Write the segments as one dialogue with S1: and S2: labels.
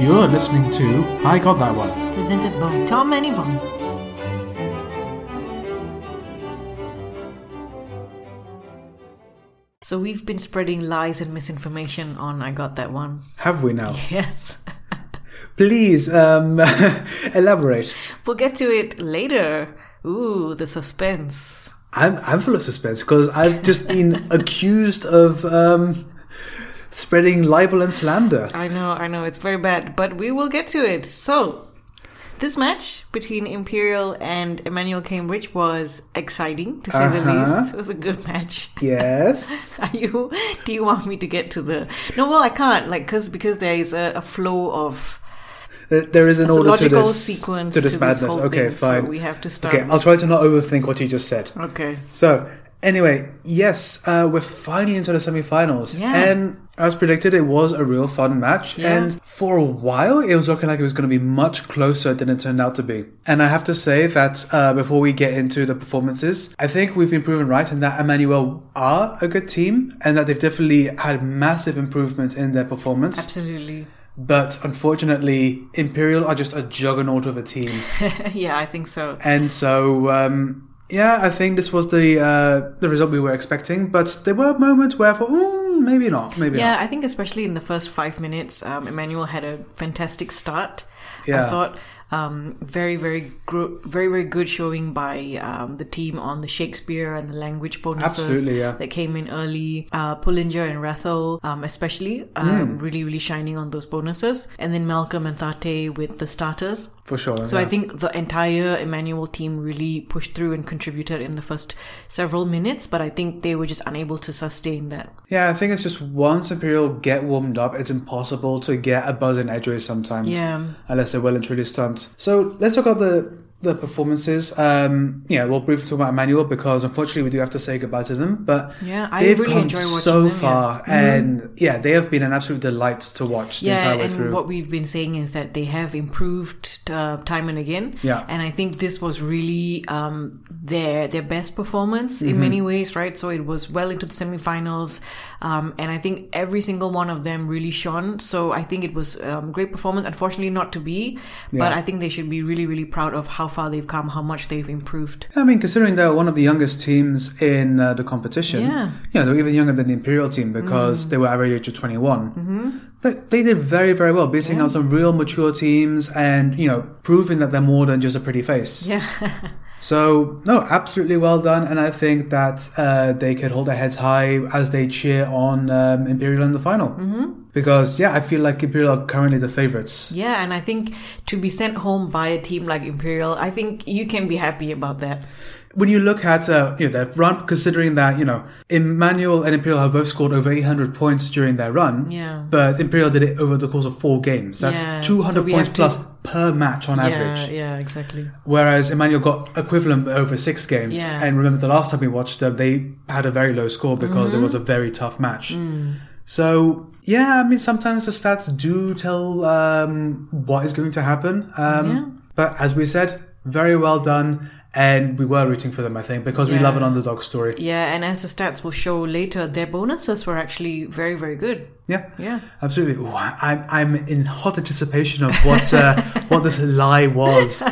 S1: You're listening to I Got That One.
S2: presented by Tom and Yvonne. So we've been spreading lies and misinformation on I Got That One.
S1: Have we now?
S2: Yes.
S1: Please um, elaborate.
S2: We'll get to it later. Ooh, the suspense.
S1: I'm, I'm full of suspense because I've just been accused of um, spreading libel and slander.
S2: I know, I know, it's very bad, but we will get to it. So, this match between Imperial and Emmanuel Cambridge was exciting, to say the
S1: Uh-huh.
S2: least. It was a good match.
S1: Yes.
S2: Are you? Do you want me to get to the? No, well, I can't. Like, cause because there is a, a flow of
S1: There- There is an
S2: There's a
S1: order to
S2: logical
S1: this,
S2: sequence
S1: to this
S2: to this
S1: madness.
S2: whole
S1: okay,
S2: thing, so
S1: fine.
S2: we have to start
S1: Okay, I'll try to not overthink what you just said.
S2: okay.
S1: So, anyway, yes, uh, we're finally into the semifinals.
S2: Yeah.
S1: And as predicted, it was a real fun match.
S2: Yeah.
S1: And for a while, it was looking like it was going to be much closer than it turned out to be. And I have to say that uh, before we get into the performances, I think we've been proven right in that Emmanuel are a good team and that they've definitely had massive improvements in their performance.
S2: Absolutely.
S1: But unfortunately, Imperial are just a juggernaut of a team.
S2: yeah, I think so.
S1: And so, um, yeah, I think this was the uh, the result we were expecting. But there were moments where I thought, "Ooh, maybe not, maybe
S2: Yeah,
S1: not.
S2: I think especially in the first five minutes, um, Emmanuel had a fantastic start.
S1: Yeah.
S2: I thought um, very, very, gro- very, very good showing by um, the team on the Shakespeare and the language bonuses
S1: Absolutely, yeah.
S2: that came in early. Uh, Pullinger and Rethel, um, especially,
S1: Hmm.
S2: um, really, really shining on those bonuses. And then Malcolm and Thate with the starters.
S1: for sure.
S2: So
S1: yeah.
S2: I think the entire Emmanuel team really pushed through and contributed in the first several minutes, but I think they were just unable to sustain that.
S1: yeah, I think it's just once Imperial get warmed up, it's impossible to get a buzz in edgeways sometimes.
S2: Yeah.
S1: unless they're well and truly stumped. So let's talk about the. The performances, um, yeah, we'll briefly talk about Emmanuel because unfortunately we do have to say goodbye to them. But
S2: Yeah, I
S1: they've
S2: really
S1: come
S2: enjoy watching
S1: so
S2: them, yeah. Mm-hmm.
S1: far, and yeah, they have been an absolute delight to watch the entire way
S2: and
S1: through.
S2: what we've been saying is that they have improved uh, time and again.
S1: Yeah.
S2: and I think this was really um, their their best performance
S1: Mm-hmm.
S2: in many ways, right? So it was well into the semifinals, um, and I think every single one of them really shone. So I think it was um, great performance. Unfortunately, not to be, but
S1: Yeah.
S2: I think they should be really, really proud of how far they've come, how much they've improved.
S1: I mean, considering they're one of the youngest teams in uh, the competition,
S2: Yeah.
S1: you know, they were even younger than the Imperial team because they were average age of 21. Mm-hmm. They, they did very, very well, beating out some real mature teams and, you know, proving that they're more than just a pretty face.
S2: Yeah,
S1: So, no, absolutely well done. And I think that uh, they could hold their heads high as they cheer on um, Imperial in the final. Mm-hmm. Because, yeah, I feel like Imperial are currently the favourites.
S2: yeah, and I think to be sent home by a team like Imperial, I think you can be happy about that.
S1: When you look at uh, you know their run, considering that you know Emmanuel and Imperial have both scored over 800 points during their run,
S2: Yeah.
S1: but Imperial did it over the course of four games. That's
S2: Yeah,
S1: 200
S2: so we
S1: points
S2: have to-
S1: plus per match on
S2: Yeah,
S1: average.
S2: yeah, exactly.
S1: Whereas Emmanuel got equivalent over six games.
S2: Yeah.
S1: And remember, the last time we watched them, they had a very low score because
S2: Mm-hmm.
S1: it was a very tough match.
S2: Mm.
S1: So yeah, I mean sometimes the stats do tell um, what is going to happen. Um,
S2: Yeah.
S1: But as we said, very well done, and we were rooting for them. I think because we
S2: Yeah.
S1: love an underdog story.
S2: Yeah, and as the stats will show later, their bonuses were actually very, very good.
S1: Yeah,
S2: Yeah.
S1: absolutely. Ooh, I, I'm- I'm in hot anticipation of what uh, what this lie was.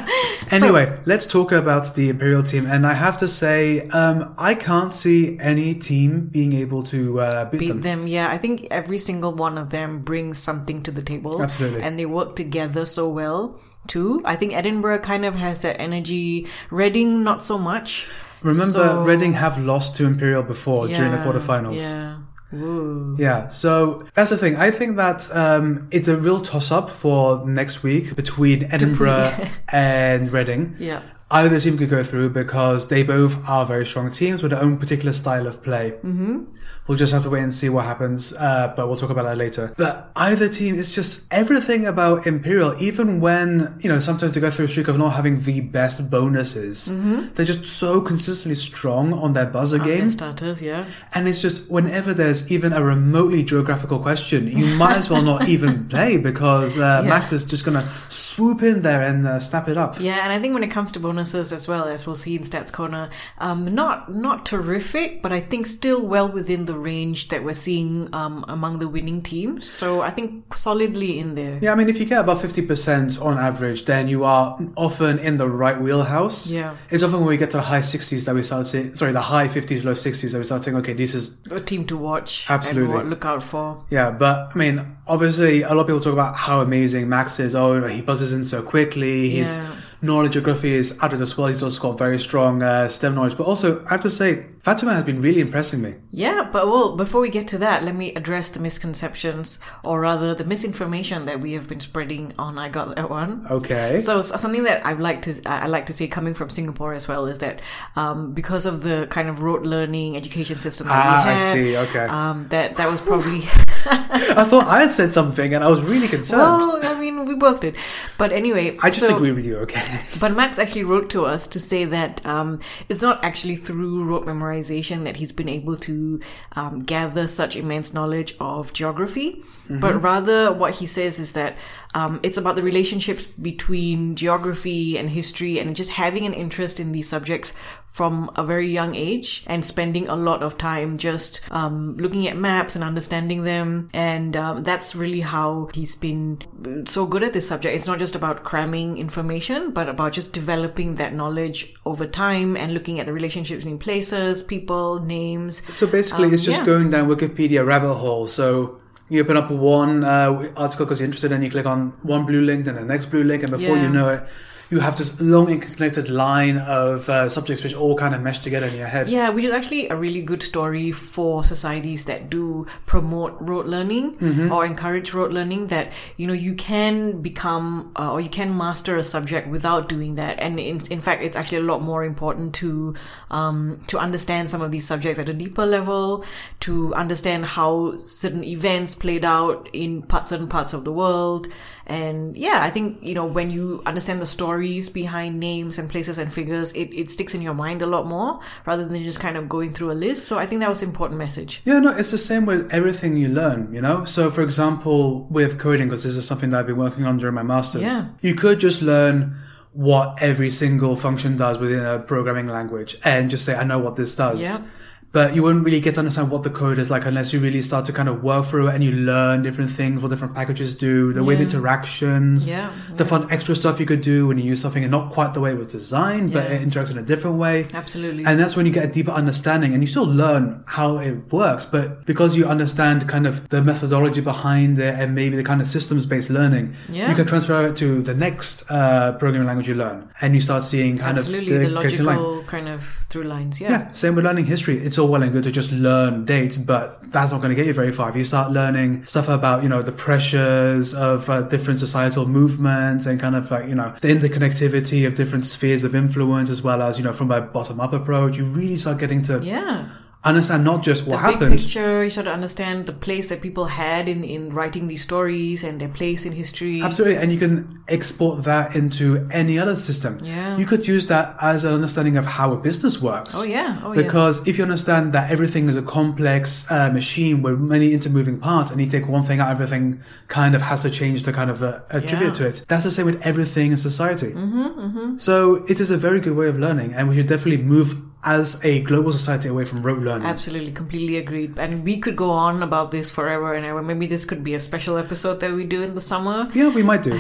S1: Anyway, let's talk about the Imperial team, and I have to say, um, I can't see any team being able to uh, beat,
S2: Beat
S1: them.
S2: them, yeah. I think every single one of them brings something to the table.
S1: Absolutely.
S2: And they work together so well, too. I think Edinburgh kind of has that energy. Reading, not so much.
S1: Remember,
S2: So-
S1: Reading have lost to Imperial before during the
S2: Yeah,
S1: quarterfinals.
S2: Yeah. Woo.
S1: Yeah, so that's the thing. I think that um, it's a real toss up for next week between Edinburgh and Reading.
S2: Yeah.
S1: Either team could go through because they both are very strong teams with their own particular style of play. Mm-hmm. We'll just have to wait and see what happens, uh, but we'll talk about that later. But either team, it's just everything about Imperial, even when, you know, sometimes they go through a streak of not having the best bonuses, they're just so consistently strong on their buzzer
S2: Their
S1: games.
S2: starters, yeah.
S1: And it's just whenever there's even a remotely geographical question, you might as well not even play because uh,
S2: Yeah.
S1: Max is just going to swoop in there and uh, snap it up.
S2: Yeah, and I think when it comes to bonuses, bonuses as well as we'll see in Stats Corner. Um, not not terrific, but I think still well within the range that we're seeing um, among the winning teams. So I think solidly in there.
S1: Yeah, I mean, if you get above 50% on average, then you are often in the right wheelhouse.
S2: Yeah.
S1: It's often when we get to the high 60s that we start seeing, sorry, the high 50s, low 60s that we start saying, okay, this is
S2: A team to watch.
S1: Absolutely.
S2: And what look out for.
S1: Yeah, but I mean, obviously, a lot of people talk about how amazing Max is. Oh, he buzzes in so quickly. His
S2: Yeah.
S1: knowledge of geography is out of this world. He's also got very strong uh, STEM knowledge. But also, I have to say, Fatima has been really impressing me.
S2: Yeah, but well, before we get to that, let me address the misconceptions, or rather, the misinformation that we have been spreading on. I got that one.
S1: Okay.
S2: So, so something that I've liked to I I like to see coming from Singapore as well is that um, because of the kind of rote learning education system that
S1: Ah,
S2: we
S1: I
S2: had,
S1: see, okay.
S2: um, that that was probably
S1: I thought I had said something and I was really concerned.
S2: well, I mean, we both did, but anyway,
S1: I just
S2: so-
S1: agree with you, okay?
S2: But Max actually wrote to us to say that um, it's not actually through rote memorization that he's been able to um, gather such immense knowledge of geography, but rather what he says is that um, it's about the relationships between geography and history and just having an interest in these subjects from a very young age and spending a lot of time just um, looking at maps and understanding them. And um, that's really how he's been uh, so good at this subject. It's not just about cramming information, but about just developing that knowledge over time and looking at the relationships between places, people, names.
S1: So basically, it's just
S2: Um, yeah.
S1: going down Wikipedia rabbit hole. So you open up one uh, article because you're interested, and you click on one blue link, then the next blue link, and before you
S2: Yeah.
S1: know it, you have this long and connected line of uh, subjects which all kind of mesh together in your head.
S2: Yeah, which is actually a really good story for societies that do promote rote learning or encourage rote learning. That you know you can become uh, or you can master a subject without doing that. And in, in fact, it's actually a lot more important to um, to understand some of these subjects at a deeper level, to understand how certain events played out in parts, certain parts of the world. And yeah, I think, you know, when you understand the stories behind names and places and figures, it, it sticks in your mind a lot more rather than just kind of going through a list. So I think that was an important message.
S1: Yeah, no, it's the same with everything you learn, you know? So, for example, with coding, because this is something that I've been working on during my master's,
S2: Yeah.
S1: you could just learn what every single function does within a programming language and just say, I know what this does.
S2: Yep.
S1: But you wouldn't really get to understand what the code is like unless you really start to kind of work through it and you learn different things, what different packages do, the way the
S2: Yeah.
S1: interactions,
S2: Yeah,
S1: the fun extra stuff you could do when you use something and not quite the way it was designed, but
S2: Yeah.
S1: it interacts in a different way.
S2: Absolutely.
S1: And that's when you get a deeper understanding and you still learn how it works. But because you understand kind of the methodology behind it and maybe the kind of systems based learning,
S2: Yeah.
S1: you can transfer it to the next uh, programming language you learn. And you start seeing kind
S2: Absolutely.
S1: of
S2: The,
S1: connection line.
S2: logical kind of through lines. Yeah.
S1: Yeah, same with learning history. It's all well and good to just learn dates, but that's not going to get you very far. If you start learning stuff about, you know, the pressures of uh, different societal movements and kind of like, you know, the interconnectivity of different spheres of influence, as well as, you know, from a bottom up approach, you really start getting to
S2: Yeah.
S1: understand not just what
S2: the big
S1: happened.
S2: picture, you sort of understand the place that people had in, in writing these stories and their place in history.
S1: Absolutely, and you can export that into any other system.
S2: Yeah.
S1: You could use that as an understanding of how a business works.
S2: Oh, yeah. Oh, yeah.
S1: Because if you understand that everything is a complex uh, machine with many intermoving parts, and you take one thing out, everything kind of has to change to kind of uh, attribute
S2: Yeah.
S1: to it. That's the same with everything in society. Mm-hmm, So it is a very good way of learning, and we should definitely move as a global society away from rote learning.
S2: Absolutely, completely agreed. And we could go on about this forever and ever. Maybe this could be a special episode that we do in the summer.
S1: Yeah, we might do.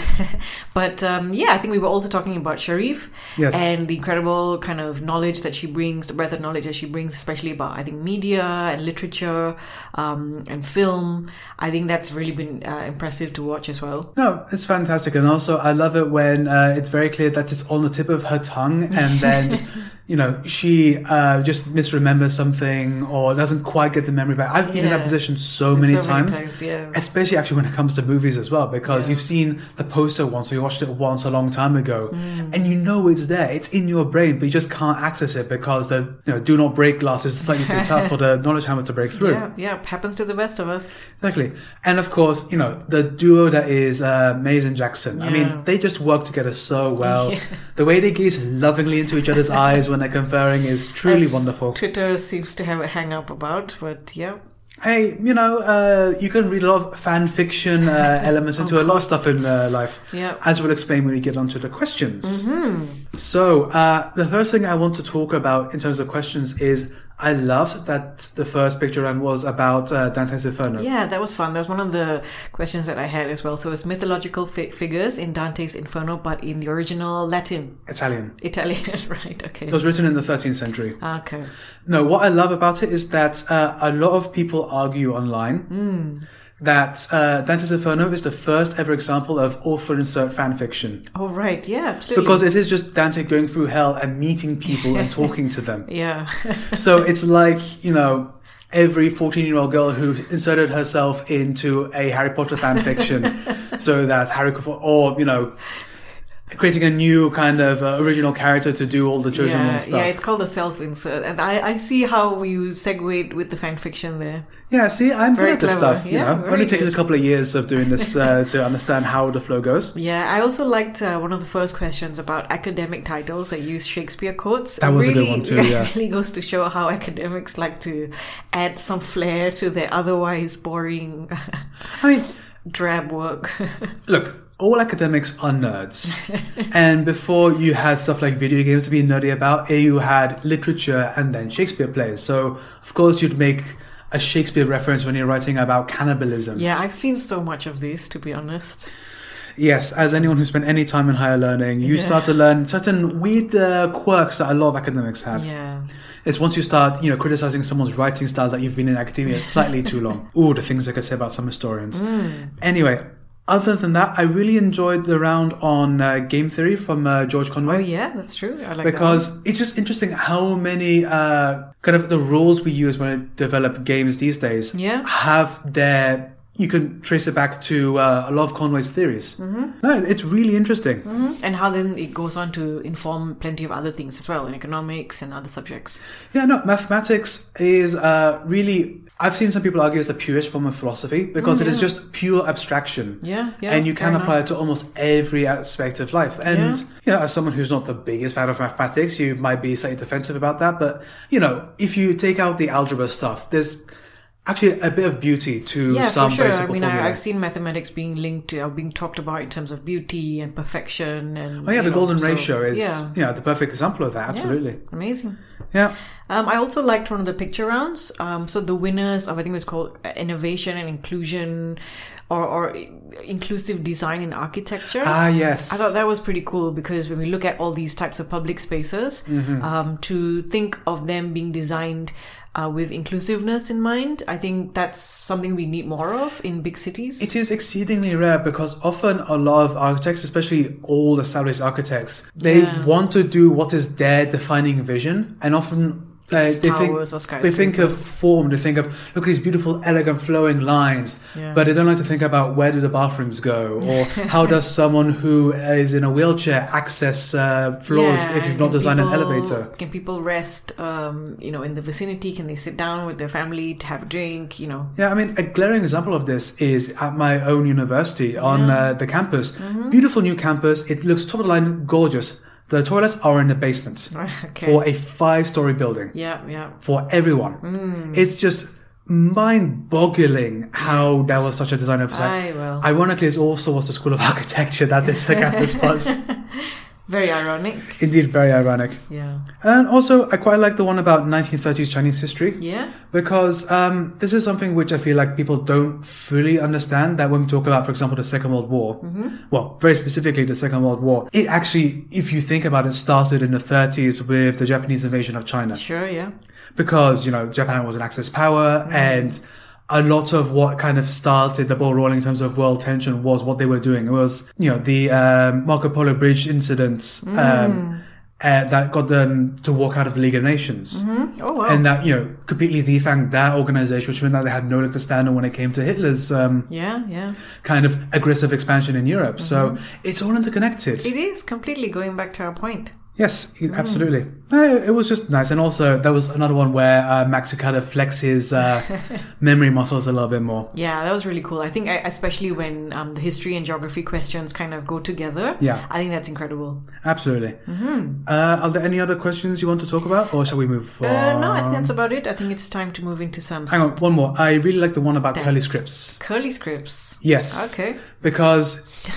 S2: But um, yeah, I think we were also talking about Sharif
S1: Yes.
S2: and the incredible kind of knowledge that she brings, the breadth of knowledge that she brings, especially about I think media and literature um, and film. I think that's really been uh, impressive to watch as well.
S1: No, it's fantastic, and also I love it when uh, it's very clear that it's on the tip of her tongue, and then just you know she uh, just misremembers something or doesn't quite get the memory back. I've been in that
S2: Yeah.
S1: position so many
S2: So
S1: times,
S2: yeah.
S1: especially actually when it comes to movies as well, because
S2: Yeah.
S1: you've seen the poster once or you watched it once a long time ago, and you know it's there, it's in your brain, but you just can't access it because the you know do not break glass is slightly too tough for the knowledge hammer to break through.
S2: Yeah, yeah, happens to the best of us.
S1: Exactly. And of course, you know, the duo that is uh, Mays and Jackson. I
S2: Yeah.
S1: mean, they just work together so well.
S2: Yeah.
S1: The way they gaze lovingly into each other's eyes when they're conferring is truly
S2: As
S1: wonderful.
S2: Twitter seems to have a hang up about, but yeah.
S1: hey, you know, uh, you can read a lot of fan fiction uh, elements into a lot of stuff in uh, life,
S2: Yep.
S1: as we'll explain when we get onto the questions.
S2: Mm-hmm.
S1: So, uh, the first thing I want to talk about in terms of questions is I loved that the first picture run was about uh, Dante's Inferno.
S2: Yeah, that was fun. That was one of the questions that I had as well. So it's mythological fi- figures in Dante's Inferno, but in the original Latin,
S1: Italian.
S2: Italian, right? Okay.
S1: It was written in the 13th century.
S2: Okay.
S1: No, what I love about it is that uh, a lot of people argue online
S2: Hmm.
S1: that uh, Dante's Inferno is the first ever example of author insert fan fiction
S2: Oh, right. Yeah, absolutely.
S1: because it is just Dante going through hell and meeting people and talking to them.
S2: yeah,
S1: So it's like you know every 14 year old girl who inserted herself into a Harry Potter fan fiction so that Harry or you know creating a new kind of uh, original character to do all the chosen
S2: yeah,
S1: one stuff.
S2: yeah. It's called a self-insert, and I, I see how you segued with the fan fiction there.
S1: Yeah, see, I'm
S2: Very
S1: good at this
S2: clever.
S1: stuff. You
S2: Yeah,
S1: know,
S2: very
S1: only takes
S2: good.
S1: a couple of years of doing this uh, to understand how the flow goes.
S2: Yeah, I also liked uh, one of the first questions about academic titles that use Shakespeare quotes.
S1: That
S2: It
S1: was a good
S2: really,
S1: one too, yeah.
S2: It really goes to show how academics like to add some flair to their otherwise boring,
S1: I mean,
S2: drab work.
S1: look, all academics are nerds, and before you had stuff like video games to be nerdy about, you had literature and then Shakespeare plays. So of course you'd make a Shakespeare reference when you're writing about cannibalism.
S2: yeah, I've seen so much of this, to be honest.
S1: Yes, as anyone who spent any time in higher learning, you start to learn certain weird uh, quirks that a lot of academics have.
S2: Yeah.
S1: It's once you start, you know, criticizing someone's writing style that you've been in academia slightly too long. Ooh, the things I could say about some historians.
S2: Mm.
S1: Anyway, other than that, I really enjoyed the round on uh, game theory from uh, George Conway.
S2: Oh, yeah, that's true. I like that one.
S1: Because it's just interesting how many uh, kind of the rules we use when we develop games these days
S2: Yeah.
S1: have their you can trace it back to uh, a lot of Conway's theories. Mm-hmm. No, it's really
S2: Mm.
S1: interesting.
S2: and how then it goes on to inform plenty of other things as well in economics and other subjects.
S1: Yeah, no, mathematics is uh, really. I've seen some people argue it's the purest form of philosophy because it is just pure abstraction.
S2: Mm-hmm. Yeah, yeah,
S1: And you
S2: fair
S1: can apply it to almost every aspect of life. And,
S2: Yeah.
S1: you know, as someone who's not the biggest fan of mathematics, you might be slightly defensive about that. But, you know, if you take out the algebra stuff, there's actually a bit of beauty to
S2: Yeah,
S1: some
S2: for sure.
S1: basic
S2: I mean,
S1: formula.
S2: I, I've seen mathematics being linked to, or being talked about in terms of beauty and perfection. And
S1: Oh yeah,
S2: you
S1: the
S2: know,
S1: golden
S2: so-
S1: ratio is
S2: yeah,
S1: you know the perfect example of that.
S2: yeah,
S1: Absolutely,
S2: amazing.
S1: yeah.
S2: Um, I also liked one of the picture rounds. Um, so the winners of I think it was called uh, innovation and inclusion, or, or inclusive design in architecture.
S1: Ah yes,
S2: I thought that was pretty cool because when we look at all these types of public spaces,
S1: Mm-hmm.
S2: um, to think of them being designed uh, with inclusiveness in mind, I think that's something we need more of in big cities.
S1: It is exceedingly rare because often a lot of architects, especially old established architects, they
S2: Yeah.
S1: want to do what is their defining vision, and often uh,
S2: It's
S1: they think
S2: towers or
S1: they think of
S2: skyscrapers.
S1: form, they think of look at these beautiful, elegant, flowing lines,
S2: Yeah.
S1: but they don't like to think about where do the bathrooms go or how does someone who is in a wheelchair access uh, floors
S2: Yeah,
S1: if you've
S2: and
S1: not
S2: can
S1: designed an
S2: people-
S1: elevator.
S2: Can people rest, um, you know, in the vicinity? Can they sit down with their family to have a drink? You know,
S1: Yeah, I mean, a glaring example of this is at my own university on uh, the campus.
S2: Mm-hmm.
S1: Beautiful new campus. It looks top of the line, gorgeous. The toilets are in the basement
S2: okay,
S1: for a five story building
S2: yeah, yeah.
S1: for everyone.
S2: Mm.
S1: It's just mind boggling how there was such a design oversight.
S2: I will.
S1: Ironically, it also was the School of Architecture that this uh, campus was.
S2: Very ironic.
S1: Indeed, very ironic.
S2: Yeah,
S1: And also, I quite like the one about 1930s Chinese history
S2: yeah,
S1: because um, this is something which I feel like people don't fully understand. That when we talk about, for example, the Second World War, well, very specifically the Second World War, it actually, if you think about it, started in the 30s with the Japanese invasion of China
S2: sure, yeah,
S1: because you know Japan was an Axis power and. A lot of what kind of started the ball rolling in terms of world tension was what they were doing. It was, you know, the um, Marco Polo Bridge incidents um, uh, that got them to walk out of the League of Nations
S2: Oh wow,
S1: and that you know completely defanged that organization, which meant that they had no leg to stand on when it came to Hitler's um,
S2: yeah, yeah.
S1: kind of
S2: Mm-hmm.
S1: aggressive expansion in Europe. So it's all interconnected.
S2: It is completely going back to our point.
S1: Yes,
S2: Mm.
S1: e- absolutely. Uh, It was just nice, and also there was another one where uh, Max could kind of flex his uh, memory muscles a little bit more.
S2: Yeah, that was really cool. I think, I, especially when um, the history and geography questions kind of go together.
S1: Yeah.
S2: I think that's incredible.
S1: Absolutely.
S2: Mm-hmm.
S1: Uh, are there any other questions you want to talk about, or shall we move on?
S2: Uh, no, I think that's about it. I think it's time to move into some
S1: Hang on, one more. I really like the one about curly
S2: Thanks.
S1: scripts.
S2: curly scripts.
S1: Yes.
S2: Okay.
S1: Because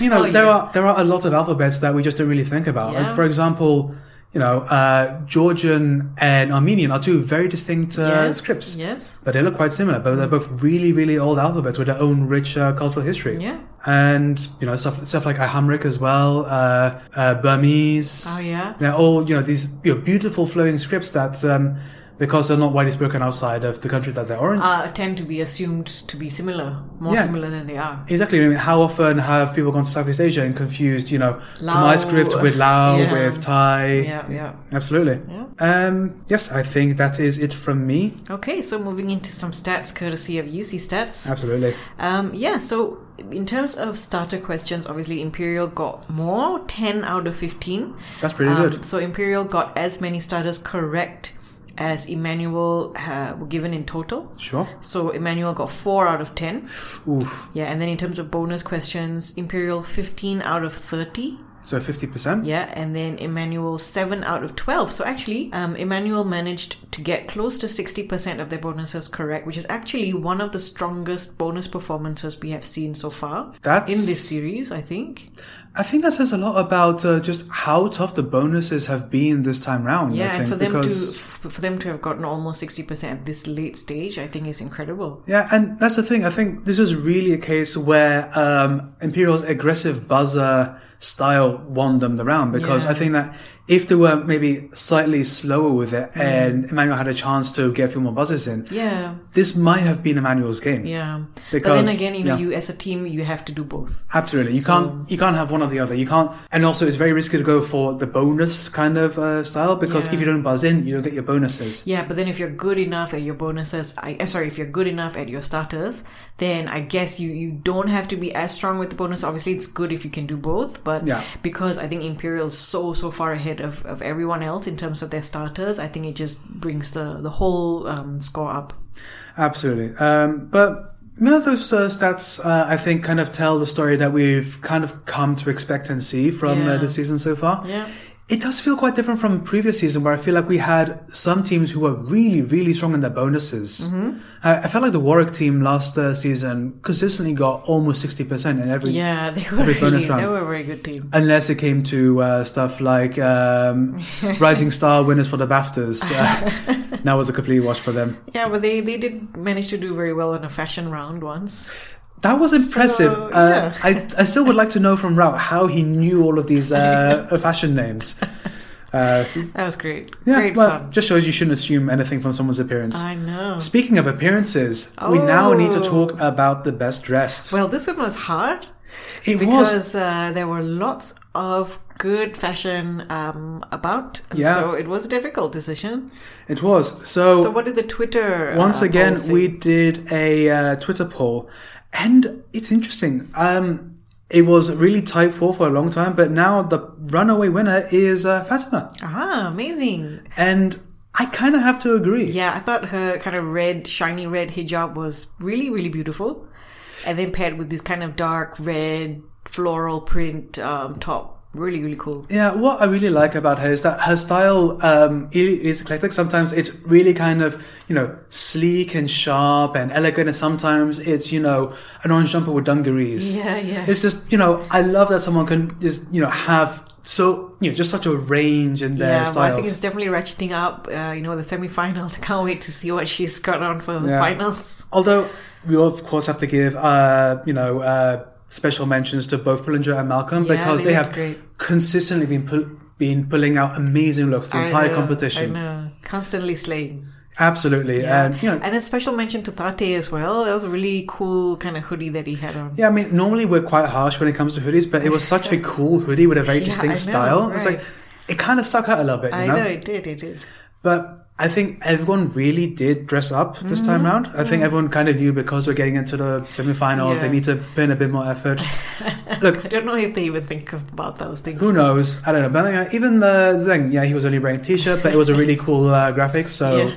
S1: you know
S2: Oh,
S1: there
S2: yeah.
S1: are there are a lot of alphabets that we just don't really think about. Like
S2: Yeah.
S1: for example, you know, uh, Georgian and Armenian are two very distinct uh,
S2: yes.
S1: scripts.
S2: Yes.
S1: But they look quite similar, but they're both really, really old alphabets with their own rich uh, cultural history.
S2: Yeah.
S1: And, you know, stuff, stuff like Ahamric as well, uh, uh, Burmese.
S2: Oh, yeah.
S1: They're all, you know, these you know, beautiful flowing scripts that, um, because they're not widely spoken outside of the country that they're in.
S2: Uh, tend to be assumed to be similar, more
S1: Yeah.
S2: similar than they are.
S1: Exactly. I mean, how often have people gone to Southeast Asia and confused, you know, Khmer
S2: Lao.
S1: script with Lao,
S2: Yeah.
S1: with Thai?
S2: Yeah, yeah.
S1: Absolutely.
S2: Yeah.
S1: Um, yes, I think that is it from me.
S2: Okay, so moving into some stats courtesy of UC Stats.
S1: Absolutely.
S2: Um, yeah, so in terms of starter questions, obviously Imperial got more 10 out of 15.
S1: That's pretty
S2: Um,
S1: good.
S2: So Imperial got as many starters correct as Emmanuel uh, were given in total.
S1: Sure.
S2: So Emmanuel got 4 out of 10.
S1: Oof.
S2: Yeah, and then in terms of bonus questions, Imperial 15 out of 30.
S1: So 50%.
S2: Yeah, and then Emmanuel 7 out of 12. So actually, um, Emmanuel managed to get close to 60% of their bonuses correct, which is actually one of the strongest bonus performances we have seen so far
S1: That's
S2: in this series, I think.
S1: I think that says a lot about uh, just how tough the bonuses have been this time round. I
S2: Yeah,
S1: think,
S2: and for them
S1: because,
S2: to f- for them to have gotten almost 60% at this late stage, I think is incredible.
S1: Yeah, and that's the thing. I think this is really a case where um, Imperial's aggressive buzzer style won them the round because
S2: Yeah.
S1: I think that if they were maybe slightly slower with it
S2: Mm.
S1: and Emmanuel had a chance to get a few more buzzers in,
S2: Yeah.
S1: this might have been Emmanuel's game.
S2: Yeah. but
S1: Because-
S2: then again, you know,
S1: yeah.
S2: you as a team, you have to do both.
S1: Absolutely, you can't you can't have one or the other. You can't, and also it's very risky to go for the bonus kind of uh, style because
S2: Yeah.
S1: if you don't buzz in, you'll get your bonuses.
S2: Yeah, but then if you're good enough at your bonuses, I, I'm sorry, if you're good enough at your starters, then I guess you, you don't have to be as strong with the bonus. Obviously, it's good if you can do both, but
S1: Yeah.
S2: because I think Imperial's so, so far ahead of, of everyone else in terms of their starters, I think it just brings the, the whole um, score up.
S1: Absolutely. Um, but none of those uh, stats, uh, I think, kind of tell the story that we've kind of come to expect and see from uh,
S2: Yeah.
S1: the season so far.
S2: Yeah.
S1: It does feel quite different from previous season, where I feel like we had some teams who were really, really strong in their bonuses.
S2: Mm-hmm.
S1: I, I felt like the Warwick team last uh, season consistently got almost sixty percent in every
S2: Yeah, they were
S1: Every bonus
S2: really,
S1: round.
S2: they were a very good team.
S1: Unless it came to uh, stuff like um, Rising Star winners for the BAFTAs. Uh, that was a complete wash for them.
S2: Yeah, but they, they did manage to do very well in a fashion round once.
S1: That was impressive.
S2: So,
S1: uh,
S2: yeah.
S1: I, I still would like to know from Rout how he knew all of these uh, uh, fashion names. Uh,
S2: That was great.
S1: yeah,
S2: great
S1: well,
S2: fun.
S1: just shows you shouldn't assume anything from someone's appearance.
S2: I know.
S1: Speaking of appearances, we now need to
S2: Oh.
S1: talk about the best dressed.
S2: Well, this one was hard.
S1: it was.
S2: because uh, there were lots of good fashion um, about, and
S1: Yeah.
S2: so it was a difficult decision.
S1: It was.
S2: So, uh, what did the Twitter
S1: Once
S2: uh,
S1: again,
S2: poll say?
S1: we did a uh, Twitter poll, and it's interesting. Um, it was really tight four for a long time, but now the runaway winner is uh, Fatima,
S2: ah amazing.
S1: and I kind of have to agree.
S2: Yeah, I thought her kind of red, shiny red hijab was really, really beautiful, and then paired with this kind of dark red floral print um, top, really, really cool.
S1: Yeah, what I really like about her is that her style um, i- is eclectic. Sometimes it's really kind of, you know, sleek and sharp and elegant, and sometimes it's, you know, an orange jumper with dungarees.
S2: Yeah, yeah.
S1: It's just, you know, I love that someone can just, you know, have so, you know, just such a range in their
S2: yeah,
S1: styles.
S2: well, I think it's definitely ratcheting up. Uh, you know, the semifinals. I can't wait to see what she's got on for the
S1: Yeah.
S2: finals.
S1: Although we of course have to give, uh, you know, uh, special mentions to both Pullinger and Malcolm
S2: Yeah,
S1: because
S2: they
S1: they
S2: look
S1: have
S2: great.
S1: consistently been pull- been pulling out amazing looks the
S2: I
S1: entire
S2: know,
S1: competition.
S2: I know, constantly slaying.
S1: Absolutely, and you know.
S2: And then special mention to Tate as well. That was a really cool kind of hoodie that he had on.
S1: yeah, I mean, normally we're quite harsh when it comes to hoodies, but it was such a cool hoodie with a very
S2: Yeah,
S1: distinct
S2: I know,
S1: style. It's
S2: right.
S1: like it kind of stuck out a little bit, you
S2: I
S1: know.
S2: know it did, it did.
S1: But I think everyone really did dress up this
S2: Mm-hmm.
S1: time round. I think everyone kind of knew because we're getting into the semifinals, they
S2: Mm. Yeah.
S1: need to put in a bit more effort. Look,
S2: I don't know if they even think about those things.
S1: who knows? I don't know. But yeah, even the Zeng, yeah, he was only wearing a t-shirt, but it was a really cool uh, graphic. So,
S2: Yeah.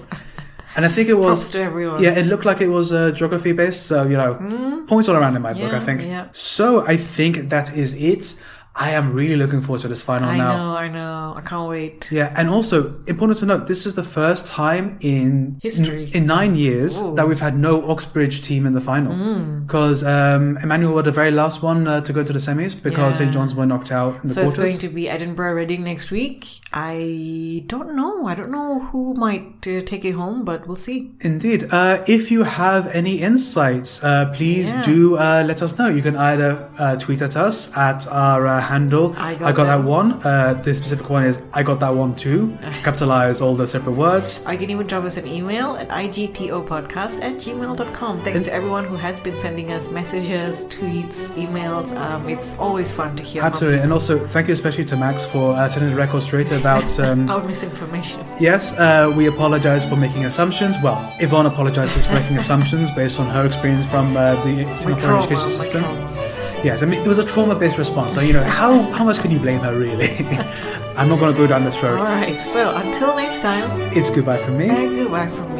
S1: and I think it
S2: Props
S1: was.
S2: to everyone.
S1: Yeah, it looked like it was uh, geography based, so you know, points all around in my book,
S2: Hmm? Yeah,
S1: I think.
S2: yeah.
S1: So I think that is it. I am really looking forward to this final
S2: I
S1: now.
S2: know, I know. I can't wait.
S1: Yeah, and also important to note, this is the first time in
S2: History.
S1: in nine years
S2: Ooh. Hmm.
S1: that we've had no Oxbridge team in the final because um, Emmanuel were the very last one uh, to go to the semis because
S2: Yeah.
S1: St John's were knocked out in the
S2: So it's
S1: quarters.
S2: going to be Edinburgh Reading next week. I don't know. I don't know who might uh, take it home, but we'll see.
S1: Indeed. Uh, if you have any insights, uh, please
S2: Yeah.
S1: do uh, let us know. You can either uh, tweet at us at our uh, handle,
S2: I got
S1: that
S2: that.
S1: one. Uh, the specific one is I got that one too. Capitalize all the separate words.
S2: Or you can even drop us an email at igtopodcast at gmail.com. Thanks to everyone who has been sending us messages, tweets, emails. Um, it's always fun to hear
S1: Absolutely. And also, thank you especially to Max for uh, setting the record straight about. Um,
S2: From our misinformation.
S1: Yes, uh, we apologize for making assumptions. Well, Yvonne apologizes for making assumptions based on her experience from uh, the Singaporean
S2: trauma,
S1: education
S2: my
S1: system.
S2: trauma.
S1: Yes, I mean, it was a trauma based response. So, you know, how, how much can you blame her, really? I'm not going to go down this road.
S2: All right. So until next time,
S1: It's goodbye from me.
S2: and goodbye from me.